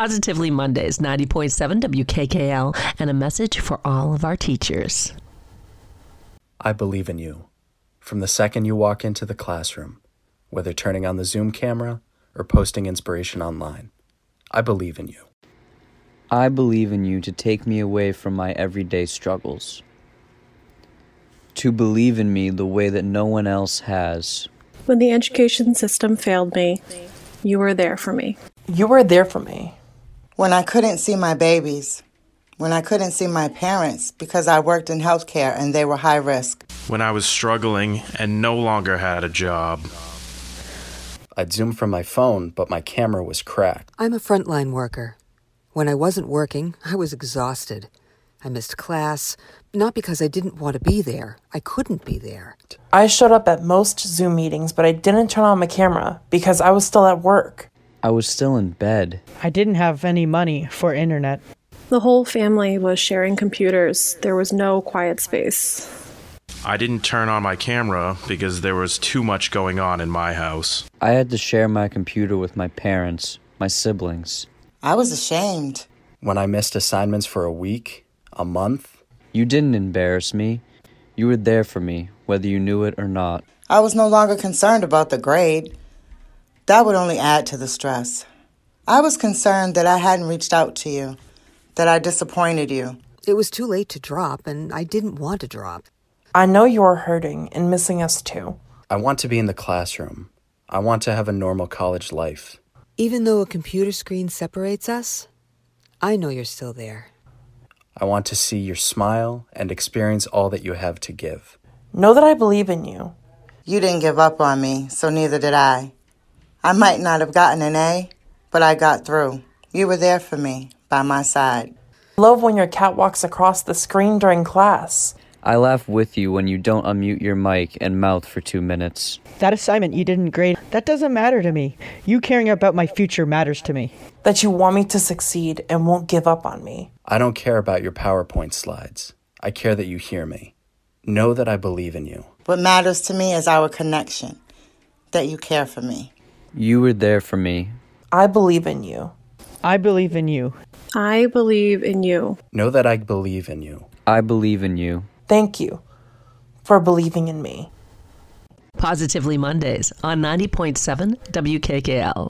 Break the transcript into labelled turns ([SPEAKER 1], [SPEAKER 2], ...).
[SPEAKER 1] Positively Mondays, 90.7 WKKL, and a message for all of our teachers.
[SPEAKER 2] I believe in you. From the second you walk into the classroom, whether turning on the Zoom camera or posting inspiration online, I believe in you.
[SPEAKER 3] I believe in you to take me away from my everyday struggles. To believe in me the way that no one else has.
[SPEAKER 4] When the education system failed me, you were there for me.
[SPEAKER 5] You were there for me.
[SPEAKER 6] When I couldn't see my babies, when I couldn't see my parents because I worked in healthcare and they were high risk.
[SPEAKER 7] When I was struggling and no longer had a job.
[SPEAKER 2] I'd zoom from my phone, but my camera was cracked.
[SPEAKER 8] I'm a frontline worker. When I wasn't working, I was exhausted. I missed class, not because I didn't want to be there. I couldn't be there.
[SPEAKER 5] I showed up at most Zoom meetings, but I didn't turn on my camera because I was still at work.
[SPEAKER 3] I was still in bed.
[SPEAKER 9] I didn't have any money for internet.
[SPEAKER 4] The whole family was sharing computers. There was no quiet space.
[SPEAKER 7] I didn't turn on my camera because there was too much going on in my house.
[SPEAKER 3] I had to share my computer with my parents, my siblings.
[SPEAKER 6] I was ashamed.
[SPEAKER 2] When I missed assignments for a week, a month,
[SPEAKER 3] You didn't embarrass me. You were there for me, whether you knew it or not.
[SPEAKER 6] I was no longer concerned about the grade. That would only add to the stress. I was concerned that I hadn't reached out to you, that I disappointed you.
[SPEAKER 8] It was too late to drop, and I didn't want to drop.
[SPEAKER 5] I know you are hurting and missing us too.
[SPEAKER 2] I want to be in the classroom. I want to have a normal college life.
[SPEAKER 8] Even though a computer screen separates us, I know you're still there.
[SPEAKER 2] I want to see your smile and experience all that you have to give.
[SPEAKER 5] Know that I believe in you.
[SPEAKER 6] You didn't give up on me, so neither did I. I might not have gotten an A, but I got through. You were there for me, by my side.
[SPEAKER 5] Love when your cat walks across the screen during class.
[SPEAKER 3] I laugh with you when you don't unmute your mic and mouth for two minutes.
[SPEAKER 9] That assignment you didn't grade, that doesn't matter to me. You caring about my future matters to me.
[SPEAKER 5] That you want me to succeed and won't give up on me.
[SPEAKER 2] I don't care about your PowerPoint slides. I care that you hear me. Know that I believe in you.
[SPEAKER 6] What matters to me is our connection, that you care for me.
[SPEAKER 3] You were there for me.
[SPEAKER 5] I believe in you.
[SPEAKER 9] I believe in you.
[SPEAKER 4] I believe in you.
[SPEAKER 2] Know that I believe in you.
[SPEAKER 3] I believe in you.
[SPEAKER 5] Thank you for believing in me.
[SPEAKER 1] Positively Mondays on 90.7 WKKL.